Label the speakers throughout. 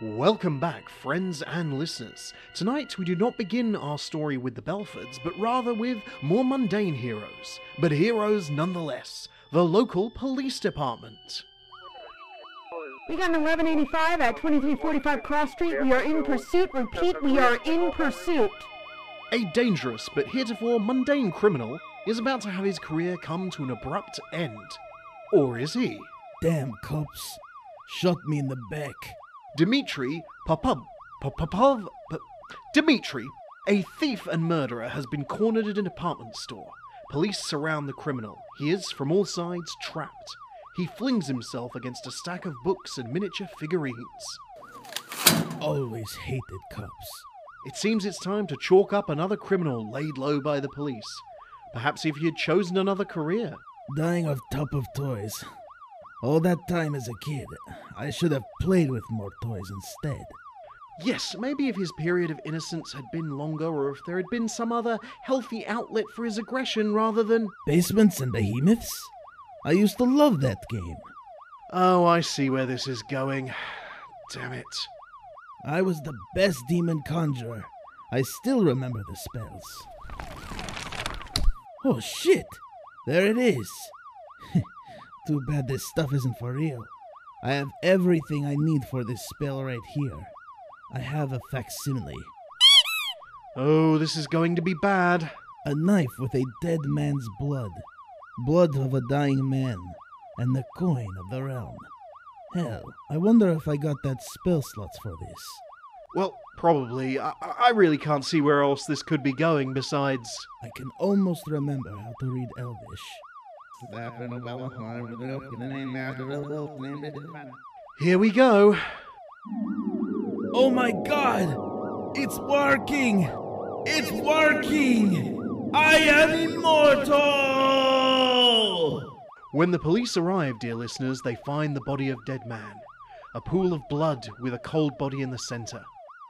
Speaker 1: Welcome back, friends and listeners. Tonight, we do not begin our story with the Belfords, but rather with more mundane heroes, but heroes nonetheless the local police department.
Speaker 2: We got an 1185 at 2345 Cross Street. We are in pursuit. Repeat, we are in pursuit.
Speaker 1: A dangerous but heretofore mundane criminal is about to have his career come to an abrupt end. Or is he?
Speaker 3: Damn cops. Shot me in the back.
Speaker 1: Dmitri Popov. Popov. Pop- Dmitri, a thief and murderer, has been cornered at a department store. Police surround the criminal. He is, from all sides, trapped. He flings himself against a stack of books and miniature figurines.
Speaker 3: Always hated cops.
Speaker 1: It seems it's time to chalk up another criminal laid low by the police. Perhaps if he had chosen another career.
Speaker 3: Dying of top of toys. All that time as a kid, I should have played with more toys instead.
Speaker 1: Yes, maybe if his period of innocence had been longer or if there had been some other healthy outlet for his aggression rather than.
Speaker 3: Basements and behemoths? I used to love that game.
Speaker 1: Oh, I see where this is going. Damn it.
Speaker 3: I was the best demon conjurer. I still remember the spells. Oh shit! There it is! Too bad this stuff isn't for real. I have everything I need for this spell right here. I have a facsimile,
Speaker 1: Oh, this is going to be bad.
Speaker 3: a knife with a dead man's blood, blood of a dying man, and the coin of the realm. Hell, I wonder if I got that spell slots for this.
Speaker 1: Well, probably. I, I I really can't see where else this could be going besides.
Speaker 3: I can almost remember how to read Elvish.
Speaker 1: Here we go.
Speaker 3: Oh my god! It's working! It's working! I am immortal!
Speaker 1: When the police arrive, dear listeners, they find the body of dead man. A pool of blood with a cold body in the center.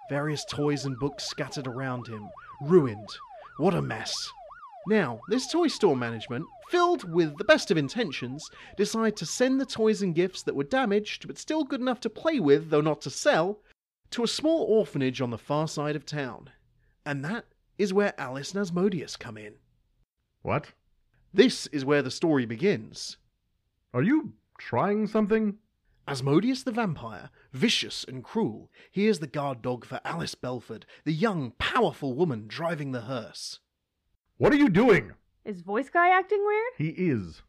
Speaker 1: Various toys and books scattered around him. Ruined. What a mess. Now, this toy store management, filled with the best of intentions, decide to send the toys and gifts that were damaged but still good enough to play with, though not to sell, to a small orphanage on the far side of town. And that is where Alice and Asmodeus come in.
Speaker 4: What?
Speaker 1: This is where the story begins.
Speaker 4: Are you trying something?
Speaker 1: Asmodeus the vampire, vicious and cruel, he is the guard dog for Alice Belford, the young, powerful woman driving the hearse.
Speaker 4: What are you doing?
Speaker 5: Is voice guy acting weird?
Speaker 4: He is.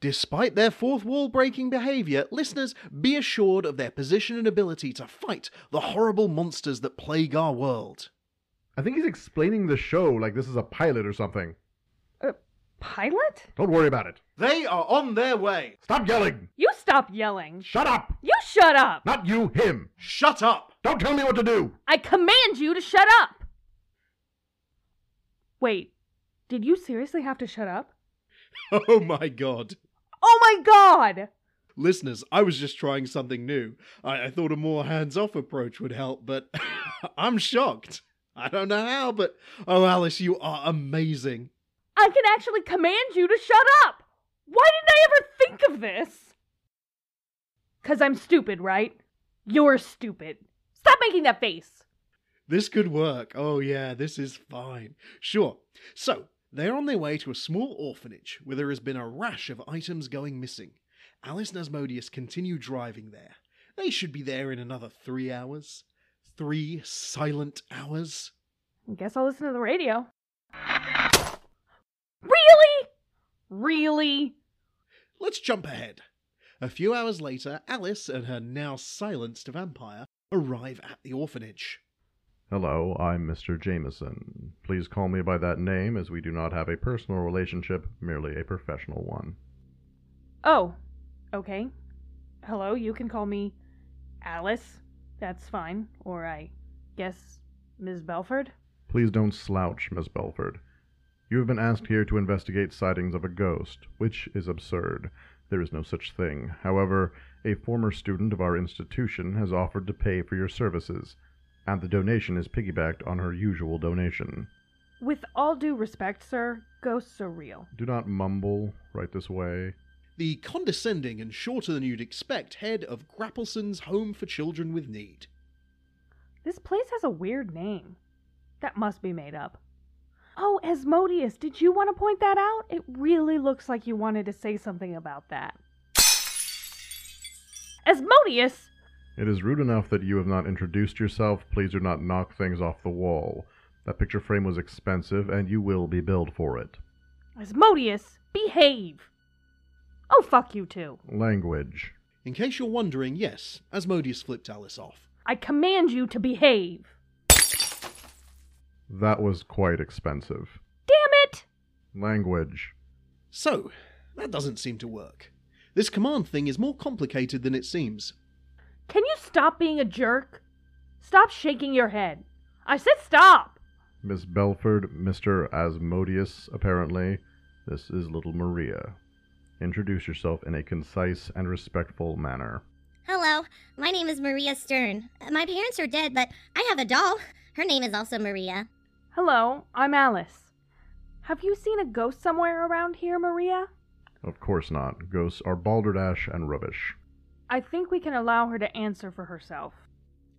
Speaker 1: Despite their fourth wall breaking behavior, listeners, be assured of their position and ability to fight the horrible monsters that plague our world.
Speaker 4: I think he's explaining the show like this is a pilot or something.
Speaker 5: Uh, Pilot?
Speaker 4: Don't worry about it.
Speaker 1: They are on their way!
Speaker 4: Stop yelling!
Speaker 5: You stop yelling.
Speaker 4: Shut up!
Speaker 5: You shut up.
Speaker 4: Not you, him!
Speaker 1: Shut up!
Speaker 4: Don't tell me what to do!
Speaker 5: I command you to shut up. Wait, did you seriously have to shut up?
Speaker 1: Oh my god.
Speaker 5: Oh my god!
Speaker 1: Listeners, I was just trying something new. I, I thought a more hands off approach would help, but I'm shocked. I don't know how, but oh, Alice, you are amazing.
Speaker 5: I can actually command you to shut up. Why didn't I ever think of this? Cuz I'm stupid, right? You're stupid. Stop making that face.
Speaker 1: This could work. Oh, yeah, this is fine. Sure. So, they're on their way to a small orphanage where there has been a rash of items going missing. Alice and Asmodeus continue driving there. They should be there in another three hours. Three silent hours.
Speaker 5: I guess I'll listen to the radio. Really? Really?
Speaker 1: Let's jump ahead. A few hours later, Alice and her now silenced vampire arrive at the orphanage.
Speaker 4: Hello, I'm Mr. Jameson. Please call me by that name as we do not have a personal relationship, merely a professional one.
Speaker 5: Oh, okay. Hello, you can call me Alice. That's fine. Or I guess Ms. Belford.
Speaker 4: Please don't slouch, Miss Belford. You have been asked here to investigate sightings of a ghost, which is absurd. There is no such thing. However, a former student of our institution has offered to pay for your services, and the donation is piggybacked on her usual donation.
Speaker 5: With all due respect, sir, ghosts are real.
Speaker 4: Do not mumble right this way.
Speaker 1: the condescending and shorter than you'd expect head of Grappleson's Home for Children with Need.
Speaker 5: This place has a weird name. That must be made up. Oh, Asmodeus, did you want to point that out? It really looks like you wanted to say something about that. Asmodeus!
Speaker 4: It is rude enough that you have not introduced yourself. Please do not knock things off the wall. That picture frame was expensive, and you will be billed for it.
Speaker 5: Asmodeus, behave! Oh, fuck you too.
Speaker 4: Language.
Speaker 1: In case you're wondering, yes, Asmodeus flipped Alice off.
Speaker 5: I command you to behave.
Speaker 4: That was quite expensive.
Speaker 5: Damn it!
Speaker 4: Language.
Speaker 1: So, that doesn't seem to work. This command thing is more complicated than it seems.
Speaker 5: Can you stop being a jerk? Stop shaking your head. I said stop!
Speaker 4: Miss Belford, Mr. Asmodeus, apparently. This is little Maria. Introduce yourself in a concise and respectful manner.
Speaker 6: Hello, my name is Maria Stern. Uh, My parents are dead, but I have a doll. Her name is also Maria.
Speaker 5: Hello, I'm Alice. Have you seen a ghost somewhere around here, Maria?
Speaker 4: Of course not. Ghosts are balderdash and rubbish.
Speaker 5: I think we can allow her to answer for herself.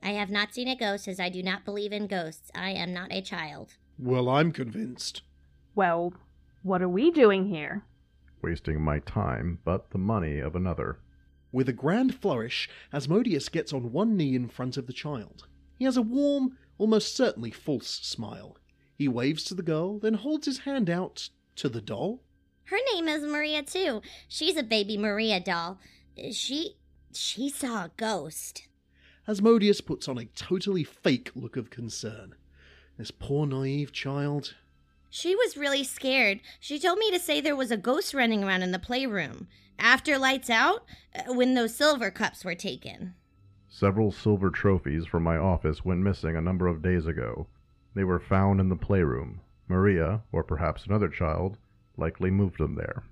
Speaker 6: I have not seen a ghost as I do not believe in ghosts. I am not a child.
Speaker 1: Well, I'm convinced.
Speaker 5: Well, what are we doing here?
Speaker 4: Wasting my time, but the money of another.
Speaker 1: With a grand flourish, Asmodeus gets on one knee in front of the child. He has a warm, almost certainly false smile. He waves to the girl, then holds his hand out to the doll.
Speaker 6: Her name is Maria too. She's a baby Maria doll. Uh, She she saw a ghost.
Speaker 1: Asmodeus puts on a totally fake look of concern. This poor naive child.
Speaker 6: She was really scared. She told me to say there was a ghost running around in the playroom after lights out uh, when those silver cups were taken.
Speaker 4: Several silver trophies from my office went missing a number of days ago. They were found in the playroom. Maria, or perhaps another child, likely moved them there.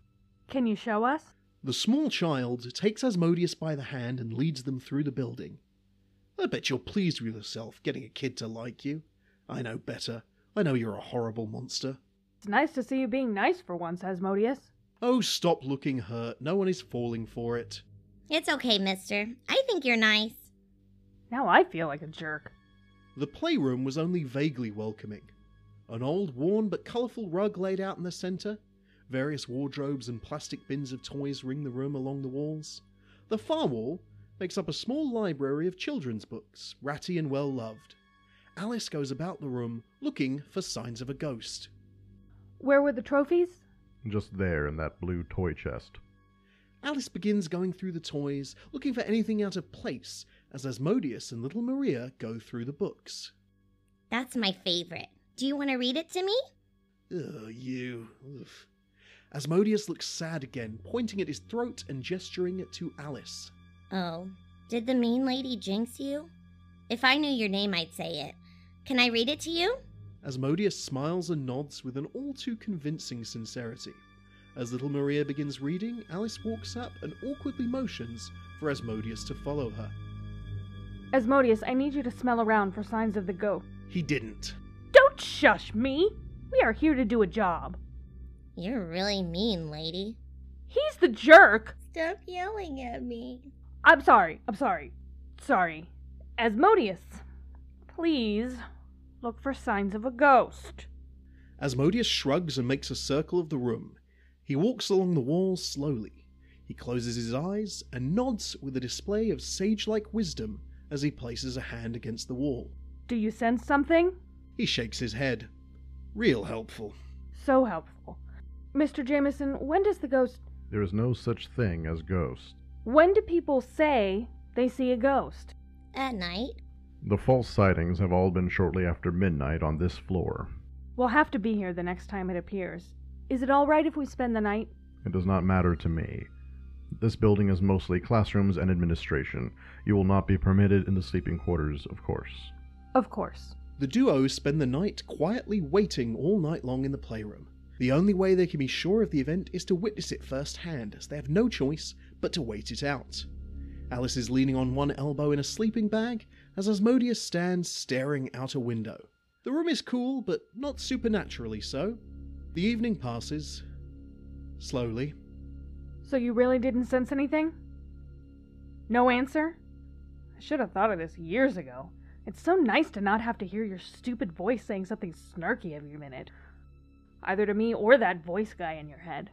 Speaker 5: Can you show us?
Speaker 1: The small child takes Asmodeus by the hand and leads them through the building. I bet you're pleased with yourself getting a kid to like you. I know better. I know you're a horrible monster.
Speaker 5: It's nice to see you being nice for once, Asmodeus.
Speaker 1: Oh, stop looking hurt. No one is falling for it.
Speaker 6: It's okay, mister. I think you're nice.
Speaker 5: Now I feel like a jerk.
Speaker 1: The playroom was only vaguely welcoming. An old, worn but colourful rug laid out in the centre. Various wardrobes and plastic bins of toys ring the room along the walls. The far wall makes up a small library of children's books, ratty and well loved. Alice goes about the room looking for signs of a ghost.
Speaker 5: Where were the trophies?
Speaker 4: Just there in that blue toy chest.
Speaker 1: Alice begins going through the toys, looking for anything out of place, as Asmodeus and little Maria go through the books.
Speaker 6: That's my favorite. Do you want to read it to me?
Speaker 1: Ugh, you. Ugh. Asmodeus looks sad again, pointing at his throat and gesturing to Alice.
Speaker 6: Oh, did the mean lady jinx you? If I knew your name, I'd say it. Can I read it to you?
Speaker 1: Asmodeus smiles and nods with an all too convincing sincerity. As little Maria begins reading, Alice walks up and awkwardly motions for Asmodeus to follow her.
Speaker 5: Asmodeus, I need you to smell around for signs of the ghost.
Speaker 1: He didn't.
Speaker 5: Don't shush me! We are here to do a job.
Speaker 6: You're really mean, lady.
Speaker 5: He's the jerk!
Speaker 6: Stop yelling at me.
Speaker 5: I'm sorry, I'm sorry. Sorry. Asmodeus, please look for signs of a ghost.
Speaker 1: Asmodeus shrugs and makes a circle of the room. He walks along the wall slowly. He closes his eyes and nods with a display of sage like wisdom as he places a hand against the wall.
Speaker 5: Do you sense something?
Speaker 1: He shakes his head. Real helpful.
Speaker 5: So helpful. Mr. Jameson, when does the ghost.
Speaker 4: There is no such thing as ghosts.
Speaker 5: When do people say they see a ghost?
Speaker 6: At night?
Speaker 4: The false sightings have all been shortly after midnight on this floor.
Speaker 5: We'll have to be here the next time it appears. Is it all right if we spend the night?
Speaker 4: It does not matter to me. This building is mostly classrooms and administration. You will not be permitted in the sleeping quarters, of course.
Speaker 5: Of course.
Speaker 1: The duo spend the night quietly waiting all night long in the playroom. The only way they can be sure of the event is to witness it firsthand, as they have no choice but to wait it out. Alice is leaning on one elbow in a sleeping bag as Asmodeus stands staring out a window. The room is cool, but not supernaturally so. The evening passes. Slowly.
Speaker 5: So you really didn't sense anything? No answer? I should have thought of this years ago. It's so nice to not have to hear your stupid voice saying something snarky every minute. Either to me or that voice guy in your head.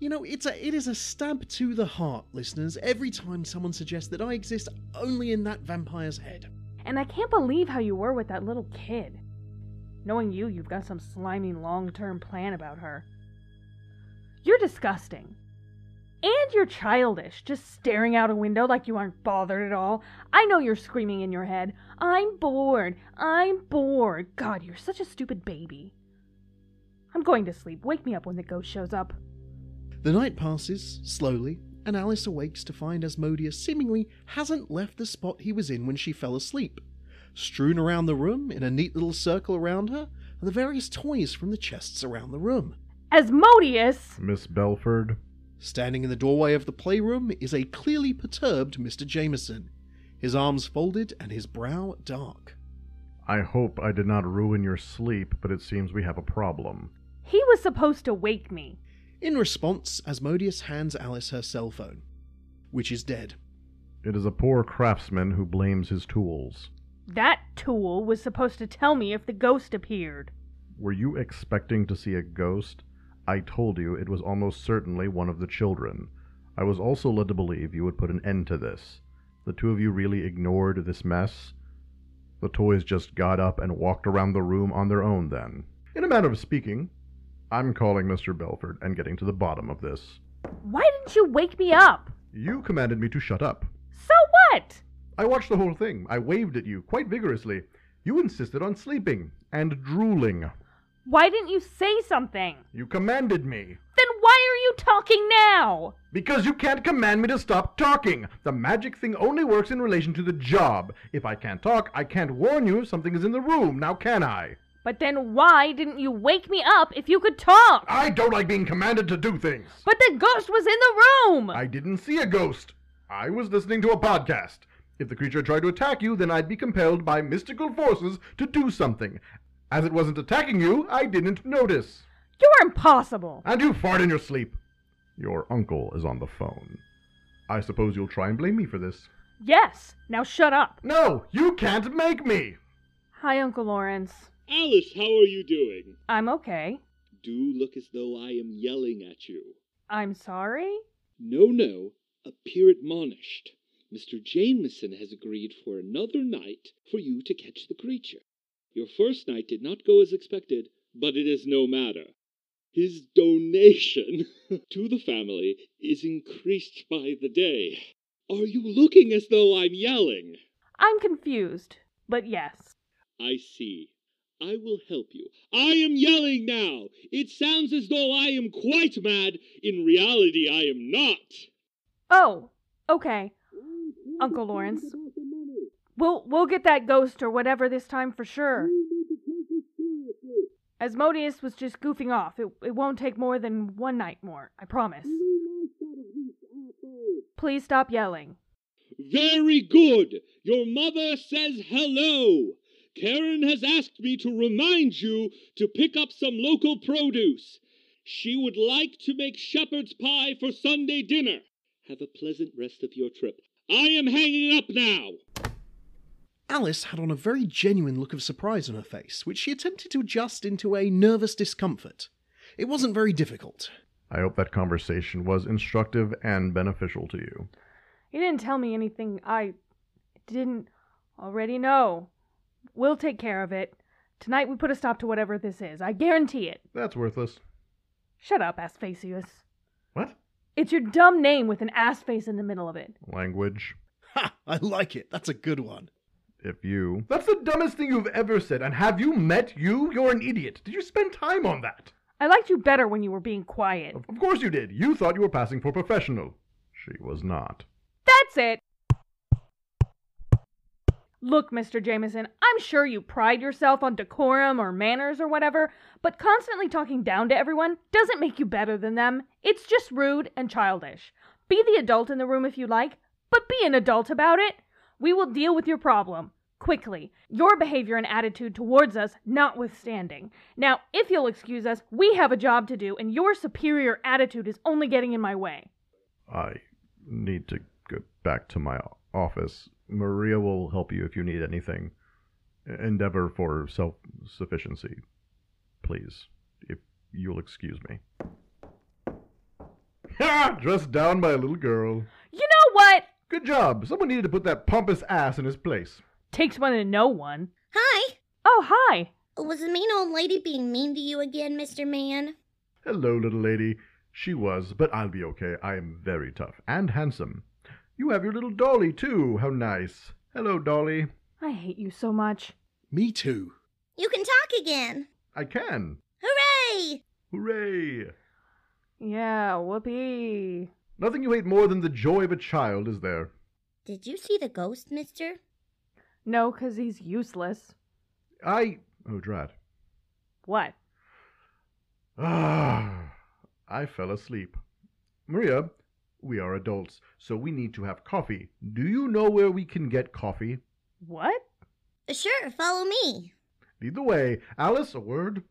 Speaker 1: You know, it's a, it is a stab to the heart, listeners, every time someone suggests that I exist only in that vampire's head.
Speaker 5: And I can't believe how you were with that little kid. Knowing you, you've got some slimy long term plan about her. You're disgusting. And you're childish, just staring out a window like you aren't bothered at all. I know you're screaming in your head, I'm bored, I'm bored. God, you're such a stupid baby. I'm going to sleep. Wake me up when the ghost shows up.
Speaker 1: The night passes, slowly, and Alice awakes to find Asmodeus seemingly hasn't left the spot he was in when she fell asleep. Strewn around the room, in a neat little circle around her, are the various toys from the chests around the room.
Speaker 5: Asmodeus!
Speaker 4: Miss Belford,
Speaker 1: Standing in the doorway of the playroom is a clearly perturbed Mr. Jameson, his arms folded and his brow dark.
Speaker 4: I hope I did not ruin your sleep, but it seems we have a problem.
Speaker 5: He was supposed to wake me.
Speaker 1: In response, Asmodeus hands Alice her cell phone, which is dead.
Speaker 4: It is a poor craftsman who blames his tools.
Speaker 5: That tool was supposed to tell me if the ghost appeared.
Speaker 4: Were you expecting to see a ghost? I told you it was almost certainly one of the children. I was also led to believe you would put an end to this. The two of you really ignored this mess. The toys just got up and walked around the room on their own then. In a manner of speaking, I'm calling Mr. Belford and getting to the bottom of this.
Speaker 5: Why didn't you wake me up?
Speaker 4: You commanded me to shut up.
Speaker 5: So what?
Speaker 4: I watched the whole thing. I waved at you quite vigorously. You insisted on sleeping and drooling.
Speaker 5: Why didn't you say something?
Speaker 4: You commanded me.
Speaker 5: Then why are you talking now?
Speaker 4: Because you can't command me to stop talking. The magic thing only works in relation to the job. If I can't talk, I can't warn you if something is in the room, now can I?
Speaker 5: But then why didn't you wake me up if you could talk?
Speaker 4: I don't like being commanded to do things.
Speaker 5: But the ghost was in the room!
Speaker 4: I didn't see a ghost. I was listening to a podcast. If the creature tried to attack you, then I'd be compelled by mystical forces to do something. As it wasn't attacking you, I didn't notice.
Speaker 5: You're impossible!
Speaker 4: And you fart in your sleep. Your uncle is on the phone. I suppose you'll try and blame me for this.
Speaker 5: Yes, now shut up.
Speaker 4: No, you can't make me.
Speaker 5: Hi, Uncle Lawrence.
Speaker 7: Alice, how are you doing?
Speaker 5: I'm okay.
Speaker 7: Do look as though I am yelling at you.
Speaker 5: I'm sorry?
Speaker 7: No, no, appear admonished. Mr. Jameson has agreed for another night for you to catch the creature. Your first night did not go as expected, but it is no matter. His donation to the family is increased by the day. Are you looking as though I'm yelling?
Speaker 5: I'm confused, but yes.
Speaker 7: I see. I will help you. I am yelling now. It sounds as though I am quite mad. In reality, I am not.
Speaker 5: Oh, okay. Uncle Lawrence. We'll we'll get that ghost or whatever this time for sure. Asmodeus was just goofing off. It it won't take more than one night more, I promise. Please stop yelling.
Speaker 7: Very good. Your mother says hello. Karen has asked me to remind you to pick up some local produce. She would like to make shepherd's pie for Sunday dinner. Have a pleasant rest of your trip. I am hanging up now.
Speaker 1: Alice had on a very genuine look of surprise on her face, which she attempted to adjust into a nervous discomfort. It wasn't very difficult.
Speaker 4: I hope that conversation was instructive and beneficial to you.
Speaker 5: You didn't tell me anything I didn't already know. We'll take care of it. Tonight we put a stop to whatever this is. I guarantee it.
Speaker 4: That's worthless.
Speaker 5: Shut up, Asphacius.
Speaker 4: What?
Speaker 5: It's your dumb name with an ass face in the middle of it.
Speaker 4: Language.
Speaker 1: Ha! I like it. That's a good one.
Speaker 4: If you. That's the dumbest thing you've ever said, and have you met you? You're an idiot. Did you spend time on that?
Speaker 5: I liked you better when you were being quiet.
Speaker 4: Of of course you did. You thought you were passing for professional. She was not.
Speaker 5: That's it. Look, Mr. Jameson, I'm sure you pride yourself on decorum or manners or whatever, but constantly talking down to everyone doesn't make you better than them. It's just rude and childish. Be the adult in the room if you like, but be an adult about it. We will deal with your problem quickly, your behavior and attitude towards us notwithstanding. Now, if you'll excuse us, we have a job to do, and your superior attitude is only getting in my way.
Speaker 4: I need to get back to my office. Maria will help you if you need anything. Endeavor for self sufficiency, please, if you'll excuse me. Ha! Dressed down by a little girl.
Speaker 5: You know what?
Speaker 4: Good job. Someone needed to put that pompous ass in his place.
Speaker 5: Takes one to know one.
Speaker 6: Hi!
Speaker 5: Oh, hi.
Speaker 6: Was the mean old lady being mean to you again, Mr. Man?
Speaker 4: Hello, little lady. She was, but I'll be okay. I am very tough and handsome. You have your little dolly, too. How nice. Hello, dolly.
Speaker 5: I hate you so much.
Speaker 1: Me too.
Speaker 6: You can talk again!
Speaker 4: I can.
Speaker 6: Hooray!
Speaker 4: Hooray!
Speaker 5: Yeah, whoopee.
Speaker 4: Nothing you hate more than the joy of a child, is there?
Speaker 6: Did you see the ghost, mister?
Speaker 5: No, 'cause he's useless.
Speaker 4: I. Oh, drat.
Speaker 5: What?
Speaker 4: Ah, I fell asleep. Maria, we are adults, so we need to have coffee. Do you know where we can get coffee?
Speaker 5: What?
Speaker 6: Sure, follow me.
Speaker 4: Lead the way. Alice, a word?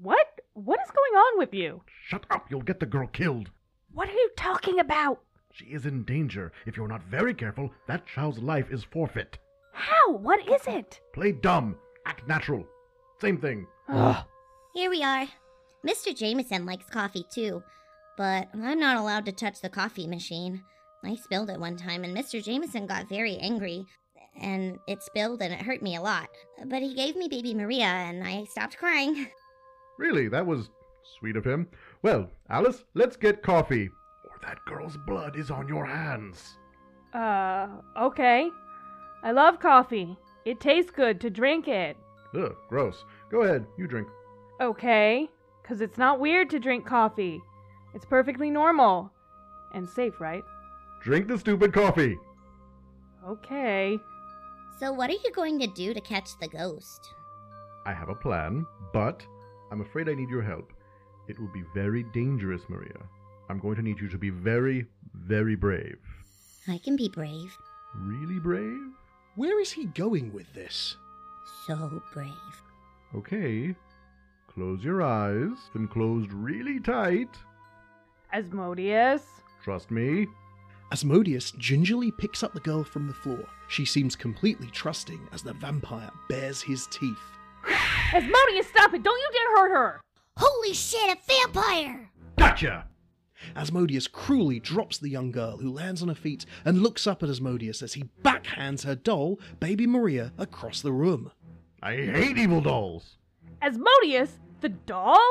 Speaker 5: What? What is going on with you?
Speaker 4: Shut up, you'll get the girl killed.
Speaker 5: What are you talking about?
Speaker 4: She is in danger. If you're not very careful, that child's life is forfeit.
Speaker 5: How? What is it?
Speaker 4: Play dumb. Act natural. Same thing.
Speaker 5: Ugh.
Speaker 6: Here we are. Mr. Jameson likes coffee too, but I'm not allowed to touch the coffee machine. I spilled it one time, and Mr. Jameson got very angry, and it spilled and it hurt me a lot. But he gave me baby Maria, and I stopped crying.
Speaker 4: Really, that was sweet of him. Well, Alice, let's get coffee. Or that girl's blood is on your hands.
Speaker 5: Uh, okay. I love coffee. It tastes good to drink it.
Speaker 4: Ugh, gross. Go ahead, you drink.
Speaker 5: Okay? 'Cause it's not weird to drink coffee. It's perfectly normal. And safe, right?
Speaker 4: Drink the stupid coffee.
Speaker 5: Okay.
Speaker 6: So, what are you going to do to catch the ghost?
Speaker 4: I have a plan, but I'm afraid I need your help. It will be very dangerous, Maria. I'm going to need you to be very, very brave.
Speaker 6: I can be brave.
Speaker 4: Really brave?
Speaker 1: Where is he going with this?
Speaker 6: So brave.
Speaker 4: Okay. Close your eyes, them closed really tight.
Speaker 5: Asmodeus?
Speaker 4: Trust me.
Speaker 1: Asmodeus gingerly picks up the girl from the floor. She seems completely trusting as the vampire bares his teeth.
Speaker 5: Asmodeus, stop it! Don't you dare hurt her!
Speaker 6: Holy shit, a vampire!
Speaker 4: Gotcha!
Speaker 1: Asmodeus cruelly drops the young girl, who lands on her feet and looks up at Asmodeus as he backhands her doll, Baby Maria, across the room.
Speaker 4: I hate evil dolls.
Speaker 5: Asmodeus? The doll?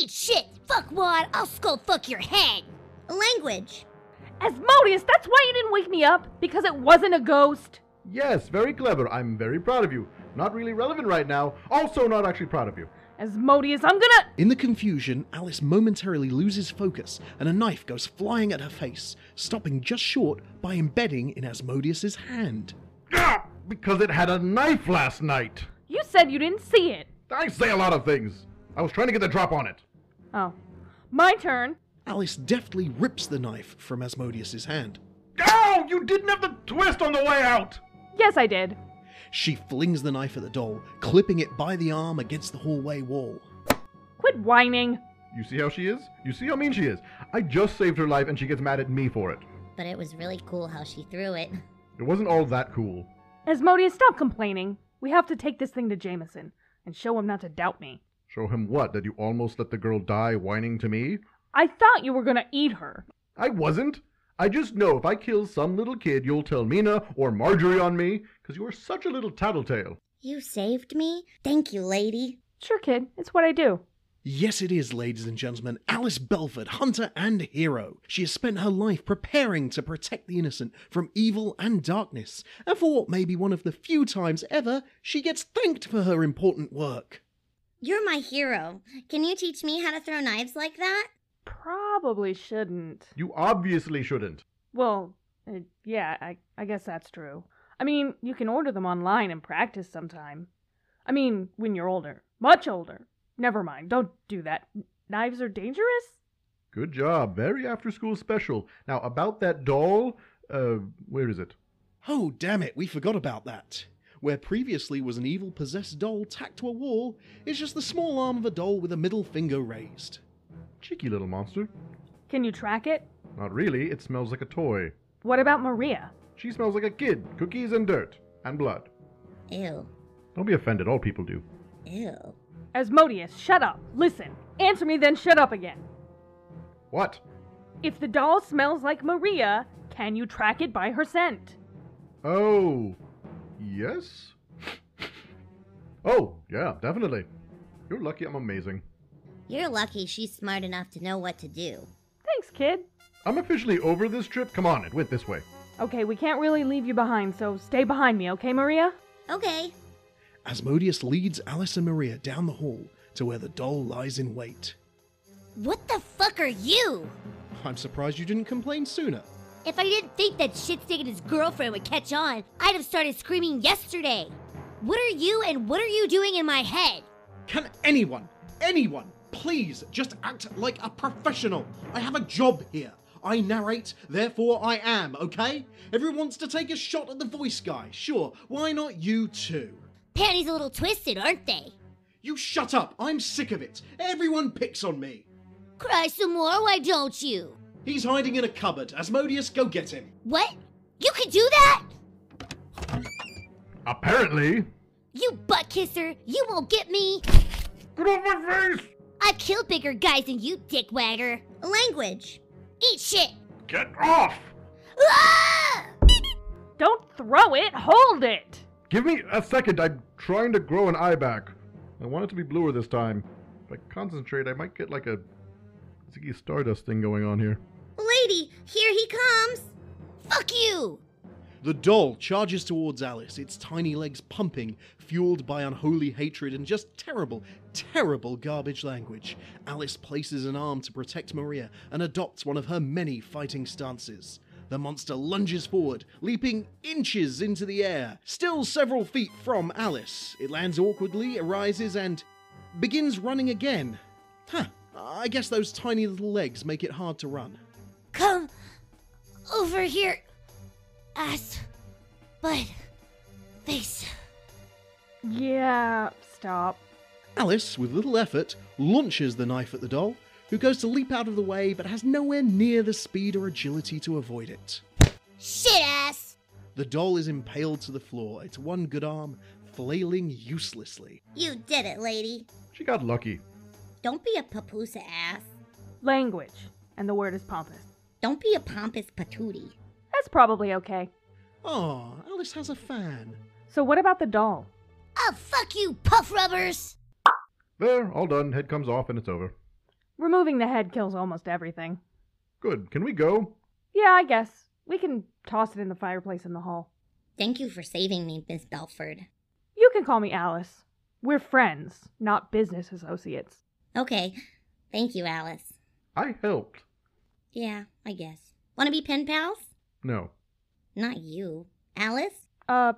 Speaker 6: Eat shit, fuckwad! I'll skull fuck your head! Language.
Speaker 5: Asmodeus, that's why you didn't wake me up! Because it wasn't a ghost!
Speaker 4: Yes, very clever. I'm very proud of you. Not really relevant right now. Also, not actually proud of you.
Speaker 5: Asmodeus, I'm gonna.
Speaker 1: In the confusion, Alice momentarily loses focus and a knife goes flying at her face, stopping just short by embedding in Asmodeus's hand.
Speaker 4: Ah, because it had a knife last night.
Speaker 5: You said you didn't see it.
Speaker 4: I say a lot of things. I was trying to get the drop on it.
Speaker 5: Oh. My turn.
Speaker 1: Alice deftly rips the knife from Asmodeus's hand.
Speaker 4: Oh, you didn't have the twist on the way out.
Speaker 5: Yes, I did.
Speaker 1: She flings the knife at the doll, clipping it by the arm against the hallway wall.
Speaker 5: Quit whining.
Speaker 4: You see how she is? You see how mean she is? I just saved her life and she gets mad at me for it.
Speaker 6: But it was really cool how she threw it.
Speaker 4: It wasn't all that cool.
Speaker 5: Asmodeus, stop complaining. We have to take this thing to Jameson and show him not to doubt me.
Speaker 4: Show him what? That you almost let the girl die whining to me?
Speaker 5: I thought you were gonna eat her.
Speaker 4: I wasn't. I just know if I kill some little kid, you'll tell Mina or Marjorie on me, because you're such a little tattletale.
Speaker 6: You saved me? Thank you, lady.
Speaker 5: Sure, kid. It's what I do.
Speaker 1: Yes, it is, ladies and gentlemen, Alice Belford, hunter and hero. She has spent her life preparing to protect the innocent from evil and darkness, and for what may be one of the few times ever, she gets thanked for her important work.
Speaker 6: You're my hero. Can you teach me how to throw knives like that?
Speaker 5: Probably shouldn't.
Speaker 4: You obviously shouldn't.
Speaker 5: Well, uh, yeah, I, I guess that's true. I mean, you can order them online and practice sometime. I mean, when you're older. Much older. Never mind. Don't do that. Knives are dangerous?
Speaker 4: Good job. Very after school special. Now, about that doll, uh, where is it?
Speaker 1: Oh, damn it, we forgot about that. Where previously was an evil possessed doll tacked to a wall, it's just the small arm of a doll with a middle finger raised.
Speaker 4: Cheeky little monster.
Speaker 5: Can you track it?
Speaker 4: Not really, it smells like a toy.
Speaker 5: What about Maria?
Speaker 4: She smells like a kid, cookies and dirt, and blood.
Speaker 6: Ew.
Speaker 4: Don't be offended, all people do.
Speaker 6: Ew.
Speaker 5: Asmodeus, shut up. Listen. Answer me, then shut up again.
Speaker 4: What?
Speaker 5: If the doll smells like Maria, can you track it by her scent?
Speaker 4: Oh, yes? oh, yeah, definitely. You're lucky I'm amazing.
Speaker 6: You're lucky she's smart enough to know what to do.
Speaker 5: Thanks, kid.
Speaker 4: I'm officially over this trip. Come on, it went this way.
Speaker 5: Okay, we can't really leave you behind, so stay behind me, okay, Maria?
Speaker 6: Okay.
Speaker 1: Asmodeus leads Alice and Maria down the hall to where the doll lies in wait.
Speaker 6: What the fuck are you?
Speaker 1: I'm surprised you didn't complain sooner.
Speaker 6: If I didn't think that shitstick and his girlfriend would catch on, I'd have started screaming yesterday. What are you and what are you doing in my head?
Speaker 1: Can anyone, anyone, please just act like a professional? I have a job here. I narrate, therefore I am, okay? Everyone wants to take a shot at the voice guy, sure. Why not you too?
Speaker 6: Panties a little twisted, aren't they?
Speaker 1: You shut up, I'm sick of it. Everyone picks on me.
Speaker 6: Cry some more, why don't you?
Speaker 1: He's hiding in a cupboard. Asmodeus, go get him.
Speaker 6: What? You can do that?
Speaker 4: Apparently.
Speaker 6: You butt kisser, you won't get me.
Speaker 4: Get off my face!
Speaker 6: I've killed bigger guys than you, dick wagger. Language. Eat shit.
Speaker 4: Get off!
Speaker 6: Ah!
Speaker 5: Don't throw it, hold it!
Speaker 4: Give me a second. I'm trying to grow an eye back. I want it to be bluer this time. If I concentrate, I might get like a Ziggy Stardust thing going on here.
Speaker 6: Lady, here he comes. Fuck you.
Speaker 1: The doll charges towards Alice, its tiny legs pumping, fueled by unholy hatred and just terrible, terrible garbage language. Alice places an arm to protect Maria and adopts one of her many fighting stances. The monster lunges forward, leaping inches into the air, still several feet from Alice. It lands awkwardly, arises, and begins running again. Huh, I guess those tiny little legs make it hard to run.
Speaker 6: Come over here. Ass, butt, face.
Speaker 5: Yeah, stop.
Speaker 1: Alice, with little effort, launches the knife at the doll, who goes to leap out of the way but has nowhere near the speed or agility to avoid it.
Speaker 6: Shit ass.
Speaker 1: The doll is impaled to the floor, its one good arm flailing uselessly.
Speaker 6: You did it, lady.
Speaker 4: She got lucky.
Speaker 6: Don't be a papoosa ass.
Speaker 5: Language. And the word is pompous.
Speaker 6: Don't be a pompous patootie.
Speaker 5: That's probably okay.
Speaker 1: Ah, Alice has a fan.
Speaker 5: So, what about the doll?
Speaker 6: Oh, fuck you, puff rubbers.
Speaker 4: There, all done. Head comes off and it's over.
Speaker 5: Removing the head kills almost everything.
Speaker 4: Good. Can we go?
Speaker 5: Yeah, I guess. We can toss it in the fireplace in the hall.
Speaker 6: Thank you for saving me, Miss Belford.
Speaker 5: You can call me Alice. We're friends, not business associates.
Speaker 6: Okay. Thank you, Alice.
Speaker 4: I helped.
Speaker 6: Yeah, I guess. Wanna be pen pals?
Speaker 4: No.
Speaker 6: Not you. Alice?
Speaker 5: Uh,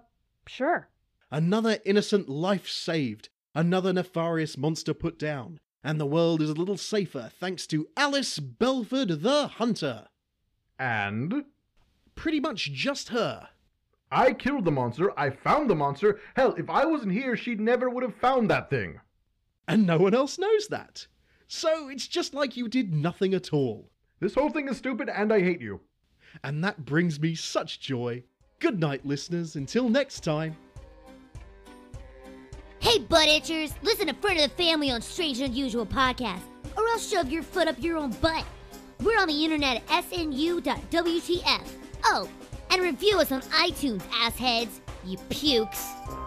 Speaker 5: sure.
Speaker 1: Another innocent life saved, another nefarious monster put down, and the world is a little safer thanks to Alice Belford the Hunter.
Speaker 4: And
Speaker 1: Pretty much just her.
Speaker 4: I killed the monster. I found the monster. Hell, if I wasn't here, she never would have found that thing.
Speaker 1: And no one else knows that. So it's just like you did nothing at all.
Speaker 4: This whole thing is stupid and I hate you.
Speaker 1: And that brings me such joy. Good night, listeners. Until next time.
Speaker 6: Hey, butt itchers, listen to Friend of the Family on Strange and Unusual Podcast, or else shove your foot up your own butt. We're on the internet at snu.wtf. Oh, and review us on iTunes, assheads, you pukes.